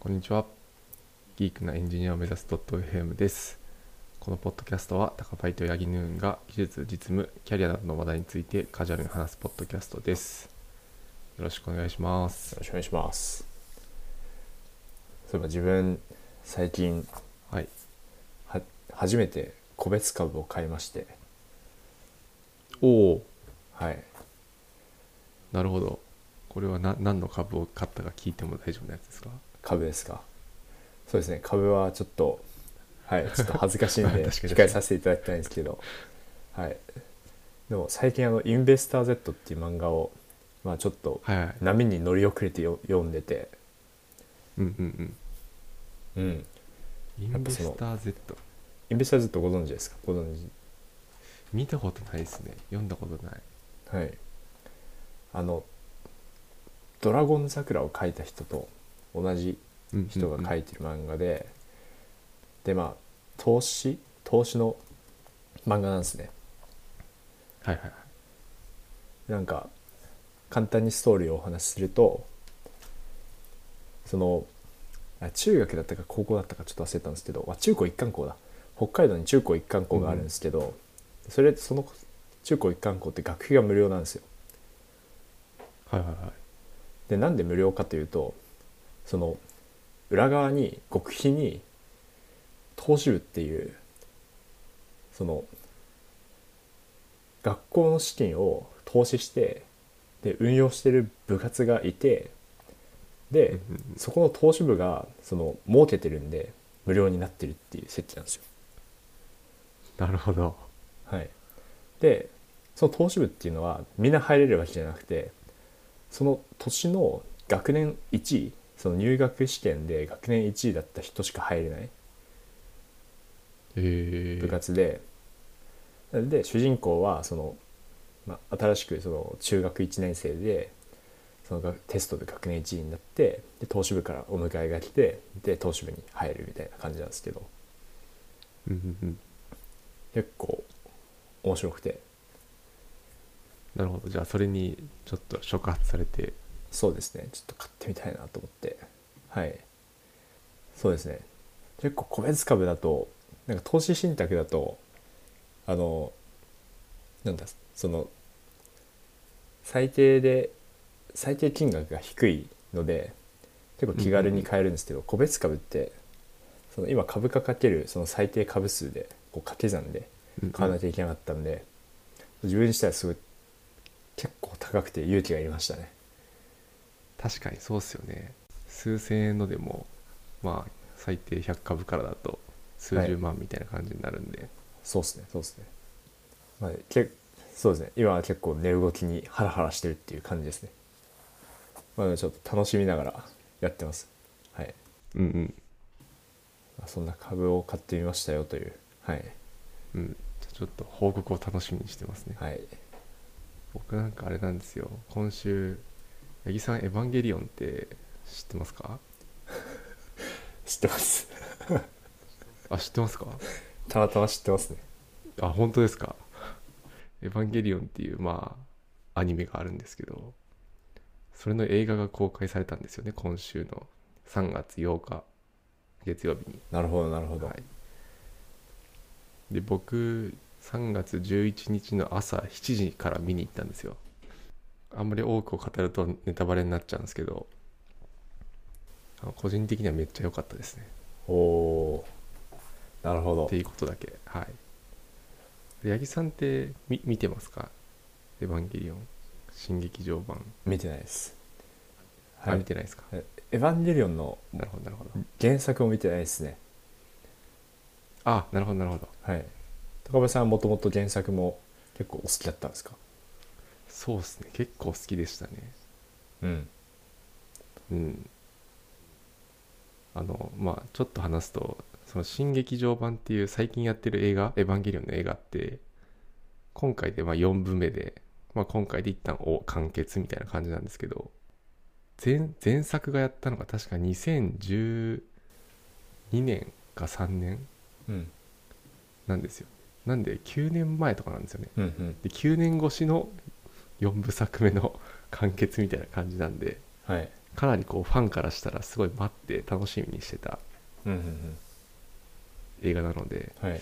こんにちは。ギークなエンジニアを目指す .fm です。このポッドキャストは、タカパイとヤギヌーンが技術、実務、キャリアなどの話題についてカジュアルに話すポッドキャストです。よろしくお願いしますよ。ろしくお願いしますそういえば自分最近はい。は初めて個別株を買いましておお、はいなるほど。これはな何の株を買ったか聞いても大丈夫なやつですか株ですかそうですね株はちょっとはいちょっと恥ずかしいん 確でかに確かに控えさせていただきたいんですけどはいでも最近あの「インベスター Z」っていう漫画をまあちょっとはいはい。波に乗り遅れてよ読んでてうんうんうんうん。イやっンベぱそのスター Z。インベスター Z ご存知ですかご存知見たことないですね。読んだことない。はい、あの「ドラゴン桜」を描いた人と同じうんうんうん人が描いてる漫画で、でまあ投資投資の漫画なんですねはいはいはい。なんか簡単にストーリーをお話しするとそのあ中学だったか高校だったかちょっと忘れたんですけどあ中高一貫校だ北海道に中高一貫校があるんですけど、それその中高一貫校って学費が無料なんですよはいはいはい。でなんで無料かというとその裏側に極秘に投資部っていうその学校の資金を投資してで運用してる部活がいてで、うんうんそこの投資部がその儲けてるんで無料になってるっていう設置なんですよ。なるほど。はい、でその投資部っていうのはみんな入れるわけじゃなくてその年の学年1位その入学試験で学年1位だった人しか入れないえ部ー。活で、で主人公はその、まあ、新しくその中学1年生でそのがテストで学年1位になってで投資部からお迎えが来てで投資部に入るみたいな感じなんですけどうんうんうん。結構面白くてなるほどじゃあそれにちょっと触発されてそうですねちょっと買ってみたいなと思ってはいそうですね結構個別株だとなんか投資信託だとあのなんだその最低で最低金額が低いので結構気軽に買えるんですけど、個別株ってその今株価かけるその最低株数でこう掛け算で買わなきゃいけなかったんで、自分にしてはすごい結構高くて勇気がいりましたね確かにそうっすよね数千円のでもまあ最低100株からだと数十万みたいな感じになるんで、そうですね、そうですね。まあ、けそうですね、今は結構寝動きにハラハラしてるっていう感じですね。まあ、ちょっと楽しみながらやってます。はい。うんうんまあそんな株を買ってみましたよという。はい。うんじゃあちょっと報告を楽しみにしてますね、はい。僕なんかあれなんですよ今週八木さん「エヴァンゲリオン」って知ってますか知ってます。 あ知ってますかたまたま知ってますね。あ本当ですか「エヴァンゲリオン」っていうまあアニメがあるんですけどそれの映画が公開されたんですよね今週の3月8日月曜日になるほど、なるほど。はいで僕3月11日の朝7時から見に行ったんですよあんまり多くを語るとネタバレになっちゃうんですけどあの個人的にはめっちゃ良かったですねおおー。なるほっどて。いうことだけはいで八木さんってみ見てますか「エヴァンゲリオン」新劇場版、見てないです。あは見い。てないですかえエヴァンゲリオンのなるほどなるほど原作を見てないですね。あなるほどなるほどはい。高部さんはもともと原作も結構お好きだったんですかそうっすね結構好きでしたねうん。うんあのまあちょっと話すとその新劇場版っていう最近やってる映画「エヴァンゲリオン」の映画って今回でまあ4部目で、まあ、今回で一旦お完結みたいな感じなんですけど前前作がやったのが確か2012年か3年うん。なんですよなんで9年前とかなんですよねうんうん。で9年越しの4部作目の完結みたいな感じなんではい。かなりこうファンからしたらすごい待って楽しみにしてたうんうん映画なのでうんはい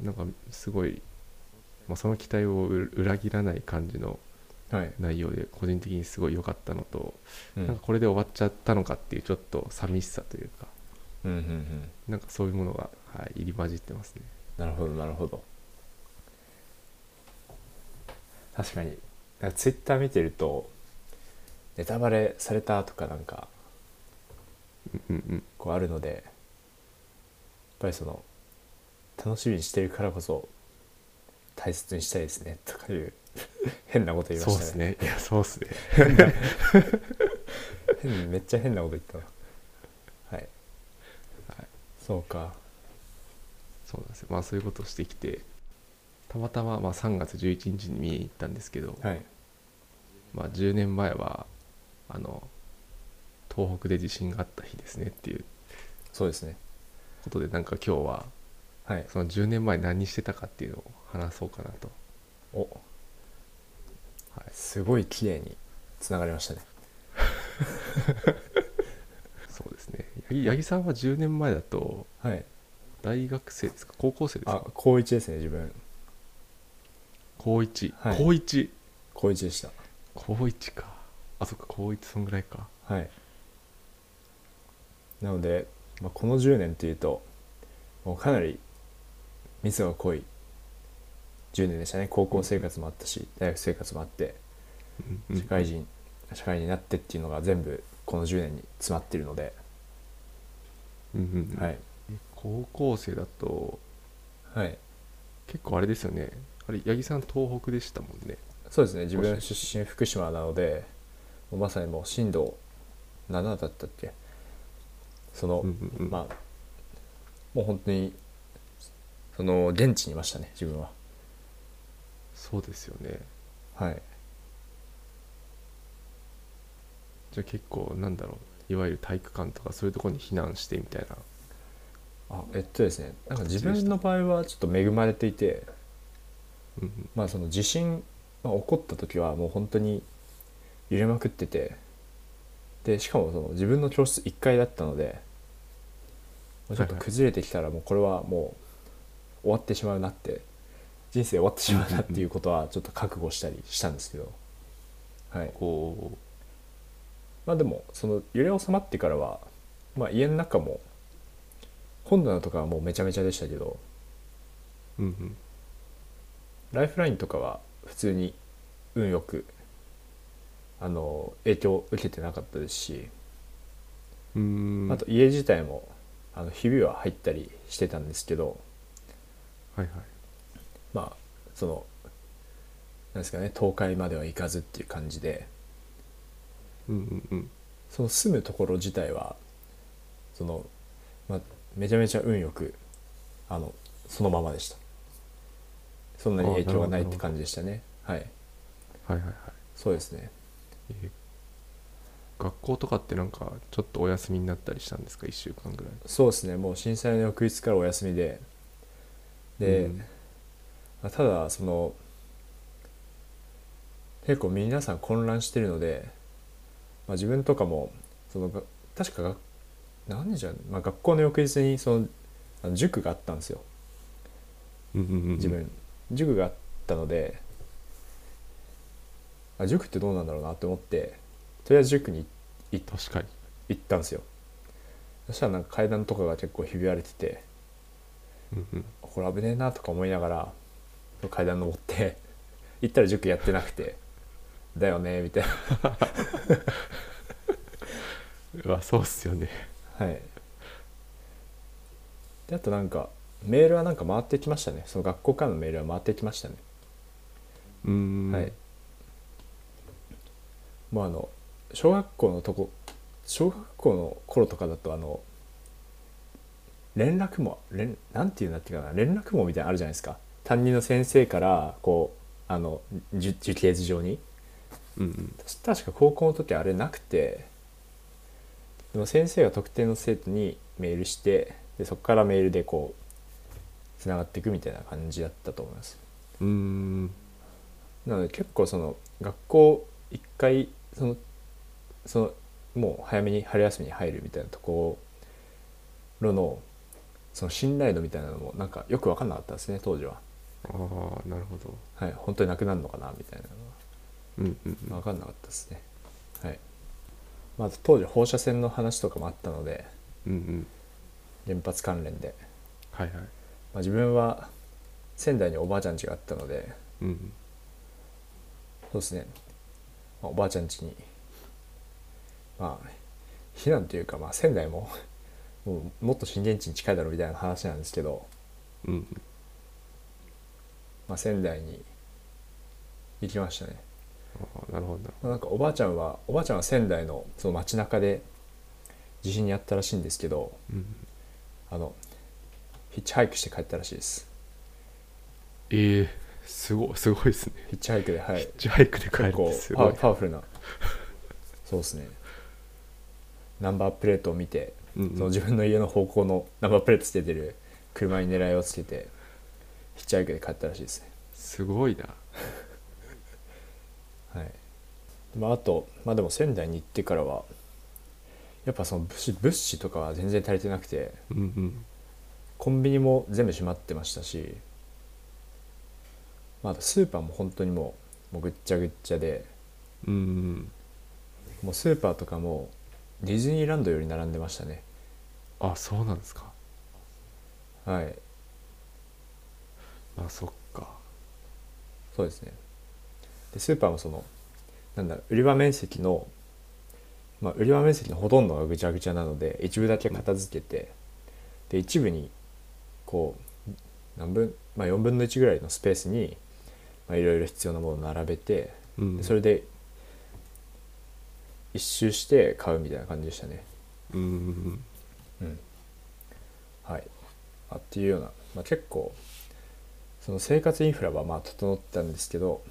なんかすごい、まあ、その期待をう裏切らない感じのはい、内容で個人的にすごい良かったのと、うん、なんかこれで終わっちゃったのかっていうちょっと寂しさというかうんうんうんなんかそういうものが、はい、入り混じってますねなるほどなるほど確かになんかツイッター見てるとネタバレされたとかなんかうんうんこうあるのでやっぱりその楽しみにしてるからこそ大切にしたいですねとかいう 変なこと言いまそうしでたすねねいやそうですね変めっちゃ変なこと言ったなはい、はいそうかそうなんですよまあそういうことをしてきてたまたままあ3月11日に見に行ったんですけど、はいまあ、10年前はあの東北で地震があった日ですねっていうそうですねことでなんか今日ははいその10年前何してたかっていうのを話そうかなとおすごい綺麗につながりましたねそうですね八木八木さんは10年前だとはい大学生ですか高校生ですあか高1ですね自分高1、はい高1高1でした高1かあそっか高1そんぐらいかはいなので、まあ、この10年っていうともうかなりミスが濃い10年でしたね高校生活もあったし大学生活もあってうんう社ん会人、社会人になってっていうのが全部この10年に詰まってるので、うんうんはい高校生だとはい結構あれですよねあれ八木さん東北でしたもんねそうですね自分出身福島なのでもうまさにもう震度7だったっけその、うんうんうんまあもう本当にその現地にいましたね自分はそうですよねはいじゃあ結構なんだろういわゆる体育館とかそういうところに避難してみたいなあえっとですねなんか自分の場合はちょっと恵まれていてうんまあその地震、まあ、起こった時はもう本当に揺れまくっててでしかもその自分の教室1階だったのでもうちょっと崩れてきたらもうこれはもう終わってしまうなって人生終わってしまうなっていうことはちょっと覚悟したりしたんですけどはいこまあでもその揺れ収まってからは、まあ、家の中も本棚とかはもうめちゃめちゃでしたけどううんうんライフラインとかは普通に運よくあの影響を受けてなかったですし、うーんあと家自体もあのひびは入ったりしてたんですけどはいはいまあそのなんですかね倒壊まではいかずっていう感じでうんうんうんその住むところ自体はその、まあ、めちゃめちゃ運よくあのそのままでしたそんなに影響がないって感じでしたねはいはいはいはいそうですねえー学校とかってなんかちょっとお休みになったりしたんですか1週間ぐらいそうですねもう震災の翌日からお休みでで、うんまあただその結構皆さん混乱してるので、まあ、自分とかもそのが確かが何じゃ、まあ、学校の翌日にそのあの塾があったんですようんうんうん自分、塾があったのであ塾ってどうなんだろうなって思ってとりあえず塾に確かに行ったんですよそしたらなんか階段とかが結構ひび割れててうんうんこれ危ねえなとか思いながら階段登って行ったら塾やってなくてだよねみたいなうわそうっすよねはいであとなんかメールはなんか回ってきましたねその学校からのメールは回ってきましたね、うーんはいもうあの小学校のとこ小学校の頃とかだとあの連絡網連なんていうんだっけかな連絡網みたいなのあるじゃないですか担任の先生からこうあのじ樹形図上にうんうん確か高校の時あれなくてでも先生が特定の生徒にメールしてでそこからメールでこうつながっていくみたいな感じだったと思いますうーんなので結構その学校一回そのそのもう早めに春休みに入るみたいなところのその信頼度みたいなのもなんかよく分かんなかったですね当時は、ああなるほどはい、本当になくなるのかなみたいなのはうんうんうん分かんなかったですね、はいまあ、あと当時放射線の話とかもあったのでうんうん原発関連で、はいはいまあ、自分は仙台におばあちゃん家があったのでうんそうですね、まあおばあちゃん家にまあ避難というか、まあ、仙台ももうもっと震源地に近いだろうみたいな話なんですけど、うんうんまあ、仙台に行きましたね、ああなるほどなるまあなんかおばあちゃんはおばあちゃんは仙台のその街中で地震にあったらしいんですけどほど、うんうん、あのヒッチハイクして帰ったらしいですええすごいすごいですねヒッチハイクではいヒッチハイクで帰るっ結て構すパごワいパワフルなそうですねナンバープレートを見てうんそのうん自分の家の方向のナンバープレートつけてる車に狙いをつけてヒッチハイクで帰ったらしいですねすごいなはいまああとまあでも仙台に行ってからはやっぱその物資物資とかは全然足りてなくてうんうんコンビニも全部閉まってましたし、まあ、あとスーパーも本当にもうもうぐっちゃぐっちゃでうんうんもうスーパーとかもディズニーランドより並んでましたねあそうなんですかはいあそっかそうですねでスーパーもそのなんだろう売り場面積の、まあ、売り場面積のほとんどがぐちゃぐちゃなので一部だけ片付けてで一部にこう何分、まあ、4分の1ぐらいのスペースにまあいろいろ必要なものを並べてうんでそれで一周して買うみたいな感じでしたねうんうんうんはいあっていうような、まあ、結構その生活インフラはまあ整ったんですけど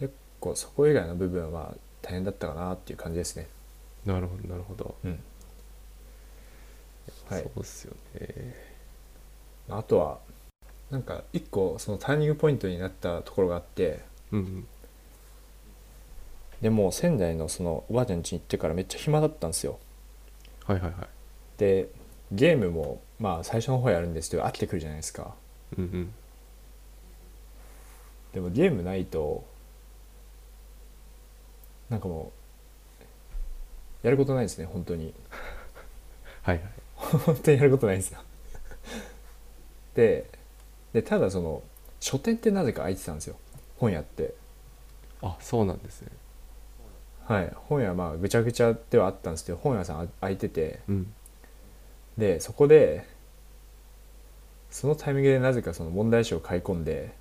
結構そこ以外の部分は大変だったかなっていう感じですねうんなるほどなるほど、うんはいそうっすよねあとはなんか一個そのターニングポイントになったところがあってうんうんでもう仙台のそのおばあちゃん家に行ってからめっちゃ暇だったんですよはいはいはいでゲームもまあ最初の方やるんですけど飽きてくるじゃないですかうんうんでもゲームないとなんかもうやることないですね本当に はいはい本当にやることないんですよ ででただその書店ってなぜか空いてたんですよ本屋ってあそうなんですねはい本屋まあぐちゃぐちゃではあったんですけど本屋さんあ空いててうんでそこでそのタイミングでなぜかその問題集を買い込んで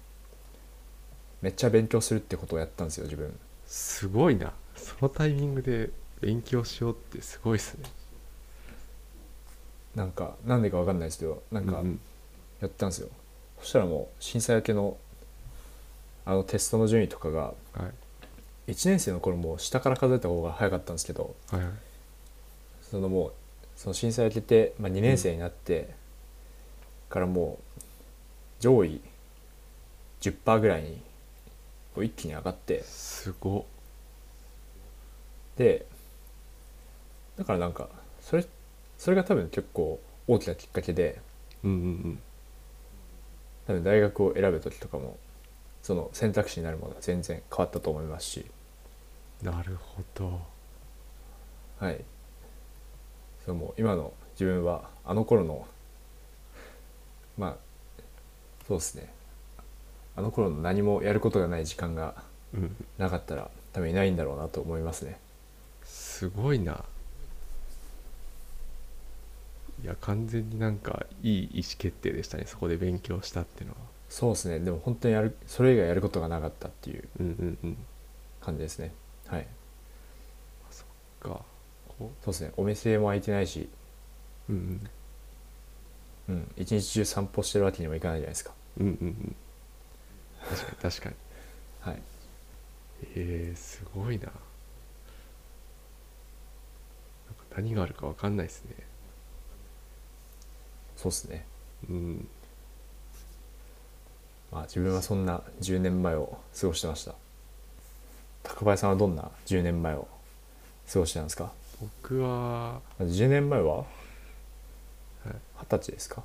めっちゃ勉強するってことをやったんですよ自分すごいなそのタイミングで勉強しようってすごいっすねなんかなんでかわかんないですけどなんか、うんうんやったんですよそしたらもう震災明けのあのテストの順位とかがはい1年生の頃もう下から数えた方が早かったんですけどはいはいそのもうその震災明けて、まあ、2年生になって、からもう上位10%ぐらいにこう一気に上がってすごっでだからなんかそれそれが多分結構大きなきっかけでうんうん多分大学を選ぶ時とかもその選択肢になるものは全然変わったと思いますし。うんなるほどはいそれもう今の自分はあの頃のまあそうですねあの頃の何もやることがない時間がうんなかったら多分いないんだろうなと思いますねすごいないや完全になんかいい意思決定でしたねそこで勉強したっていうのはそうですねでも本当にやるそれ以外やることがなかったっていううんうんうん感じですねはいかこそうですねお店も開いてないしううんうん一日中散歩してるわけにもいかないじゃないですかうんうんうんうん確かに確かにはいえー、すごいななんか何があるかわかんないですねそうですねうんまあ自分はそんな10年前を過ごしてました小林さんはどんな10年前を過ごしてたんですか僕は10年前ははい二十歳ですか、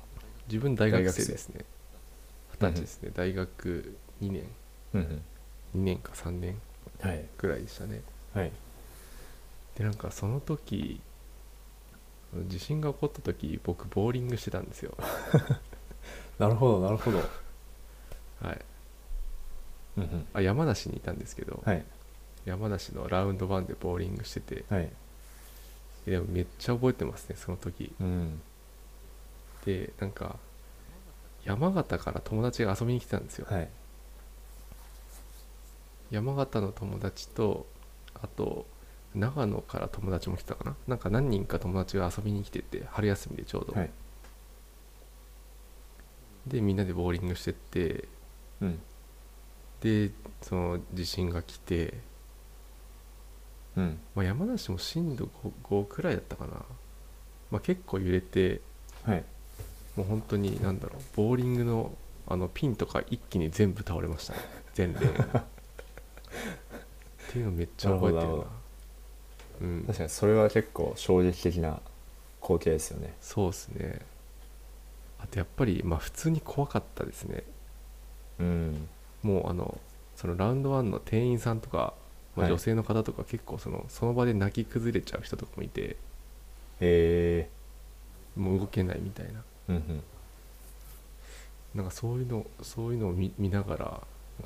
自分大学生ですね大二十歳学生ですね、大学2年うん2年か3年うん、はいぐらいでしたねはいでなんかその時地震が起こった時僕ボーリングしてたんですよなるほどなるほど、はいうんうん、あ山梨にいたんですけど、はい山梨のラウンド1でボーリングしててはいでもめっちゃ覚えてますねその時うんでなんか山形から友達が遊びに来てたんですよ、はい山形の友達とあと長野から友達も来てたかななんか何人か友達が遊びに来てて春休みでちょうど、はいでみんなでボーリングしてってうんでその地震が来て、うんまあ、山梨も震度 5, くらいだったかな、まあ、結構揺れてはいもう本当に何だろうボーリングのあのピンとか一気に全部倒れま したね全連っていうのめっちゃ覚えてるななるほどなるうん確かにそれは結構衝撃的な光景ですよねそうですねあとやっぱりまあ普通に怖かったですねうんもうあのそのラウンド1の店員さんとか、まあ、はい女性の方とか結構そのその場で泣き崩れちゃう人とかもいてへえもう動けないみたいなうんうんなんかそういうのそういうのを見見ながらな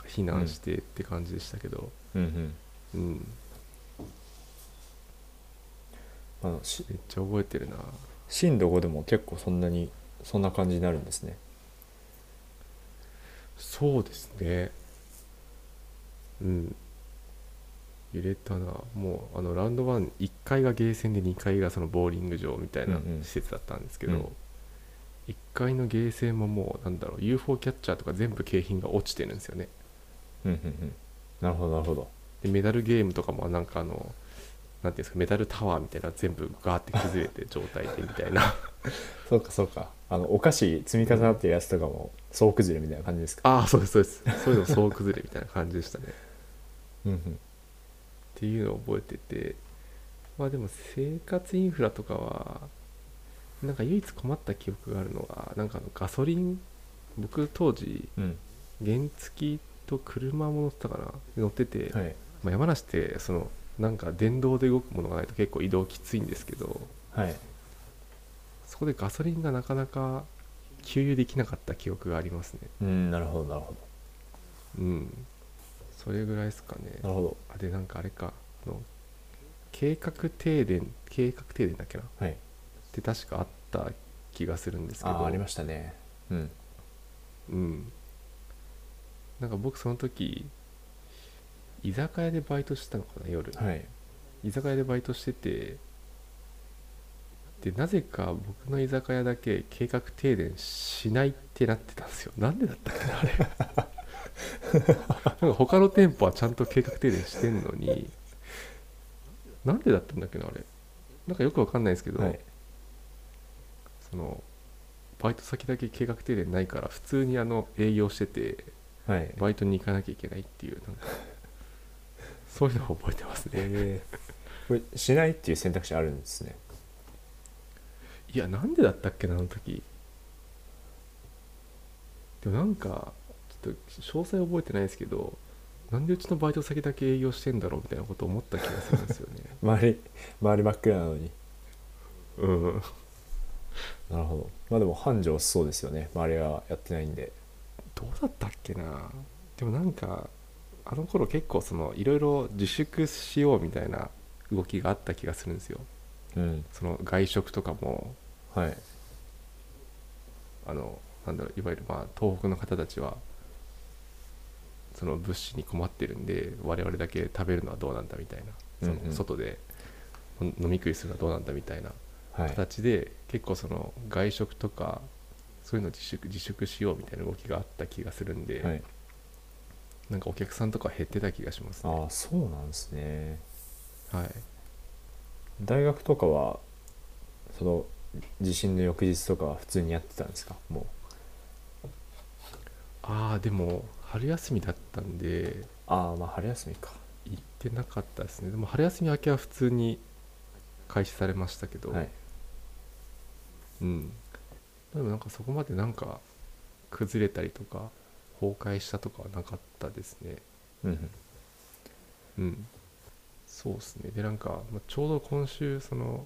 んか避難してって感じでしたけど、うんうんうんあのしめっちゃ覚えてるな震度5でも結構そんなにそんな感じになるんですねそうですねうん揺れたなもうあのラウンド11階がゲーセンで2階がそのボーリング場みたいなうんうん施設だったんですけど、うん1階のゲーセンももうなんだろう UFO キャッチャーとか全部景品が落ちてるんですよねうんうんうんなるほどなるほどでメダルゲームとかもなんかあのなんていうんですかメダルタワーみたいな全部ガーって崩れて状態でみたい なそうかそうかあのお菓子積み重なってるやつとかも総崩れみたいな感じですかああそうですそうですそういうの総崩れみたいな感じでしたねうんうんっていうのを覚えててまあでも生活インフラとかはなんか唯一困った記憶があるのがなんかあのガソリン僕当時うん原付と車も乗ってたかな乗ってて、はいまあ、山梨ってそのなんか電動で動くものがないと結構移動きついんですけどはいそこでガソリンがなかなか給油できなかった記憶がありますねうんなるほどなるほどうんそれぐらいですかねなるほどあでなんかあれかあの計画停電計画停電だっけなはいって確かあった気がするんですけあどあありましたねうんうんなんか僕その時居酒屋でバイトしてたのかな夜、はい居酒屋でバイトしててでなぜか僕の居酒屋だけ計画停電しないってなってたんですよなんでだったっけなあれなんか他の店舗はちゃんと計画停電してんのになんでだったんだっけなあれなんかよくわかんないですけど、はいそのバイト先だけ計画停電ないから普通にあの営業しててはいバイトに行かなきゃいけないっていうなんか そういうのを覚えてますねえー、これしないっていう選択肢あるんですね いやなんでだったっけなあの時でもなんかちょっと詳細覚えてないですけどなんでうちのバイト先だけ営業してんだろうみたいなことを思った気がするんですよね周り周り真っ暗なのに うんなるほどまあでも繁盛しそうですよね周りはやってないんでどうだったっけなでもなんかあの頃結構そのいろいろ自粛しようみたいな動きがあった気がするんですようんその外食とかもはいあのなんだろういわゆるまあ東北の方たちはその物資に困ってるんで我々だけ食べるのはどうなんだみたいなそうんうのん外で飲飲み食いするのはどうなんだみたいなはい形で結構その外食とかそういうの自粛自粛しようみたいな動きがあった気がするんで、はいなんかお客さんとか減ってた気がしますね。ああそうなんですねはい、大学とかはその地震の翌日とかは普通にやってたんですかもうああでも春休みだったんでああまあ春休みか行ってなかったですねでも春休み明けは普通に開始されましたけど、はい、うんでもなんかそこまでなんか崩れたりとか崩壊したとかはなかったですねうんうん、うんそうですねでなんかまあちょうど今週その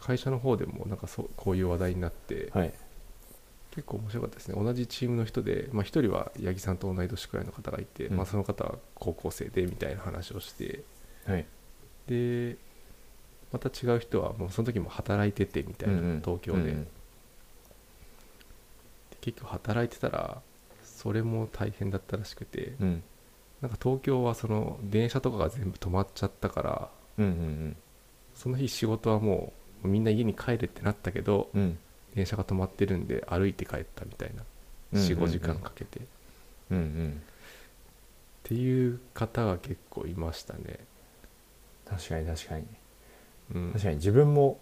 会社の方でもなんかそうこういう話題になって、はい結構面白かったですね同じチームの人で、まあ、1人は八木さんと同い年くらいの方がいて、うんまあ、その方は高校生でみたいな話をしてはいでまた違う人はもうその時も働いててみたいな、うんうん東京うで,んで、うん結局働いてたらそれも大変だったらしくて、うんなんか東京はその電車とかが全部止まっちゃったからうんうんその日仕事はもうみんな家に帰れってなったけど、うんうん電車が止まってるんで歩いて帰ったみたいなうんうんうん45時間かけて、っうんうんていう方が結構いましたね、確かに確かにうん、確かに自分も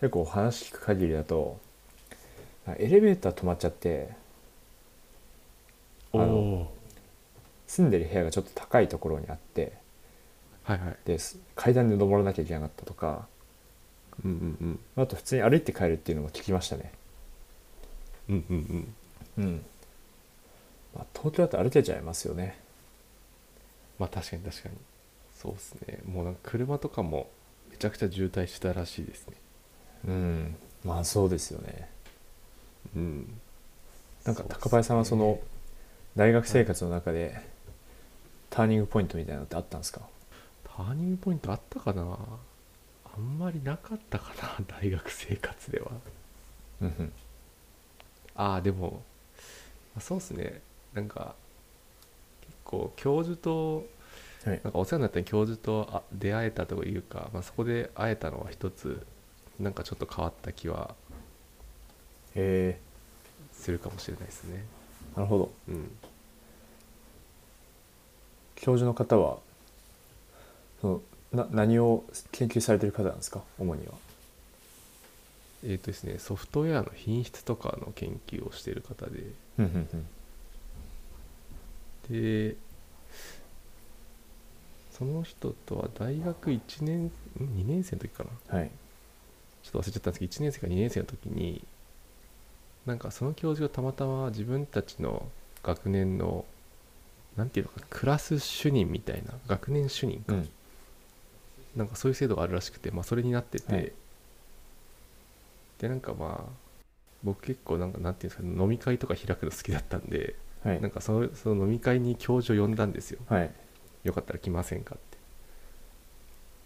結構話聞く限りだとなんかエレベーター止まっちゃっておあのお住んでる部屋がちょっと高いところにあってーはいはいです階段で登らなきゃいけなかったとかうんうんあと普通に歩いて帰るっていうのも聞きましたねうんうんうんうんうん、まあ、東京だと歩けちゃいますよねまあ確かに確かにそうですねもうなんか車とかもめちゃくちゃ渋滞してたらしいですねうんまあそうですよねうんなんか高林さんはその大学生活の中でターニングポイントみたいなのってあったんですかターニングポイントあったかなあんまりなかったかな 大学生活ではうんうんああでもまあそうですねなんか結構教授とはいなんかお世話になった教授とあ出会えたというか、まあ、そこで会えたのは一つなんかちょっと変わった気はえするかもしれないですねー、なるほどうん教授の方はそのな何を研究されてる方なんですか主にはえーとですね、ソフトウェアの品質とかの研究をしている方でうんうんうんでその人とは大学1年ん2年生の時かなはいちょっと忘れちゃったんですけど1年生か2年生の時になんかその教授がたまたま自分たちの学年のなんていうのかなクラス主任みたいな学年主任か、うんなんかそういう制度があるらしくて、まあ、それになってて、はいでなんかまあ僕結構なんかなんていうんですかね飲み会とか開くの好きだったんではいなんかそのその飲み会に教授を呼んだんですよはいよかったら来ませんかっ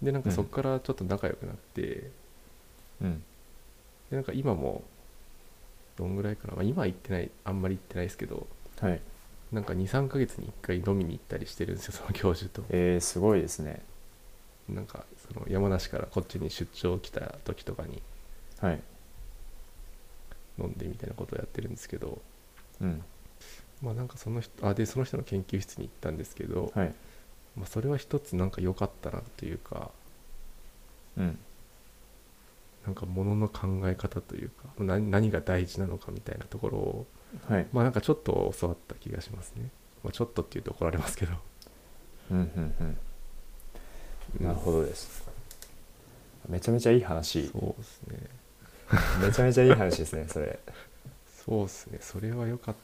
てでなんかそこからちょっと仲良くなって、でうんなんか今もどんぐらいかな、まあ、今は行ってないあんまり行ってないですけどはいなんか23ヶ月に1回飲みに行ったりしてるんですよその教授とえー、すごいですねなんかその山梨からこっちに出張来た時とかにはい飲んでみたいなことをやってるんですけどうんまあなんかその人あでその人の研究室に行ったんですけど、はいまあ、それは一つなんか良かったなというかうんなんかものの考え方というか何何が大事なのかみたいなところをはいまあなんかちょっと教わった気がしますね、まあ、ちょっとっていうと怒られますけ ど、うんうんうんうんなるほどです。めちゃめちゃいい話。そうですねめちゃめちゃいい話ですね、それ。そうですねそれは良かっ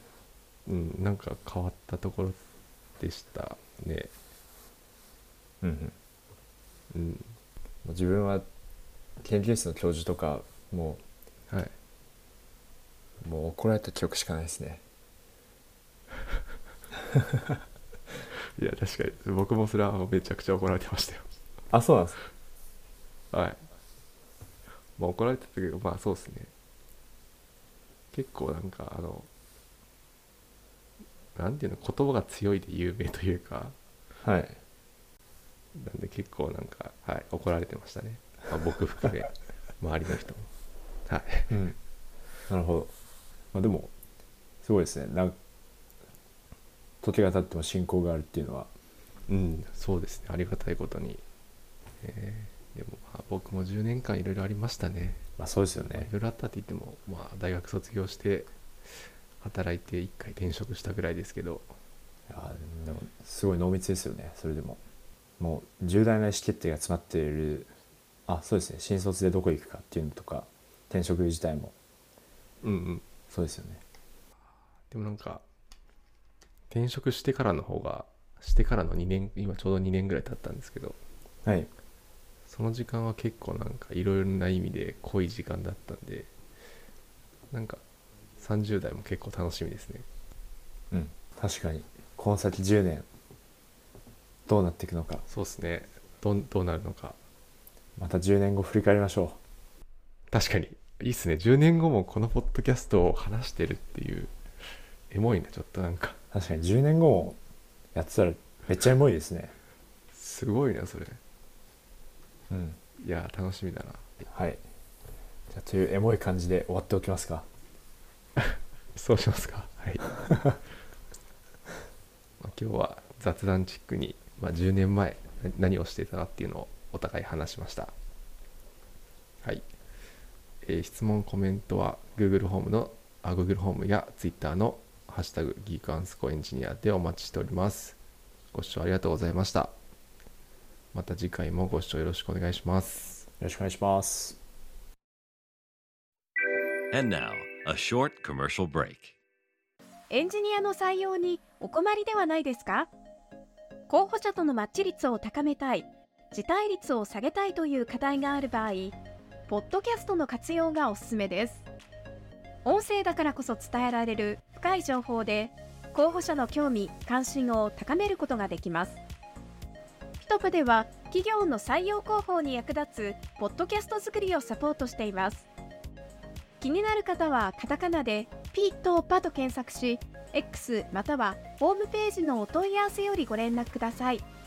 たうんなんか変わったところでしたねうんうん、もうんう自分は研究室の教授とか、も、はいうもう怒られた記憶しかないですね。いや確かに僕もそれはめちゃくちゃ怒られてましたよあ、そうなんですはい。まあ怒られてたけど、まあそうですね。結構なんか、あの、なんていうの、言葉が強いで有名というか、か。はい。なんで結構なんか、はい、怒られてましたね。まあ、僕含め、 周りの人も。はい。うん。なるほど。まあでも、すごいですね。なん時が経っても進行があるっていうのは。うん、そうですね。ありがたいことに。えーでもまあ僕も10年間いろいろありましたね。まあそうですよまあいね。ろいろあったって言っても、まあ大学卒業して、働いて1回転職したぐらいですけど、いやでも、すごい濃密ですよね、それでも。もう重大な意思決定が詰まっているあそうですね新卒でどこ行くかっていうのとか転職自体もうんうんそうですよねでもなんか転職してからの方がしてからの2年今ちょうど2年ぐらい経ったんですけどはいその時間は結構なんかいろいろな意味で濃い時間だったんでなんか30代も結構楽しみですねうん確かにこの先10年どうなっていくのかそうですねどんどうなるのかまた10年後振り返りましょ確かにいいっすね10年後もこのポッドキャストを話してるっていうエモいなちょっとなんかう確かに10年後もやってたらめっちゃエモいですねすごいなそれうんいや楽しみだなはいじゃあというエモい感じで終わっておきますかそうしますかはい まあ今日は雑談チックに、まあ、10年前な何をしてたかっていうのをお互い話しましたはい、えー質問コメントは Google ホームのあ Google ホームや Twitter の「ハッシュタグギークアンスコエンジニア」でお待ちしておりますご視聴ありがとうございましたまた次回もご視聴よろしくお願いしますよろしくお願いします。 And now, a short commercial break. エンジニアの採用にお困りではないですか候補者とのマッチ率を高めたい、辞退率を下げたいという課題がある場合、ポッドキャストの活用がおすすめです。音声だからこそ伝えられる深い情報で、候補者の興味・関心を高めることができます。ピトプでは、企業の採用広報に役立つポッドキャスト作りをサポートしています。気になる方はカタカナで「ピとパ」と検索し X またはホームページのお問い合わせよりご連絡ください。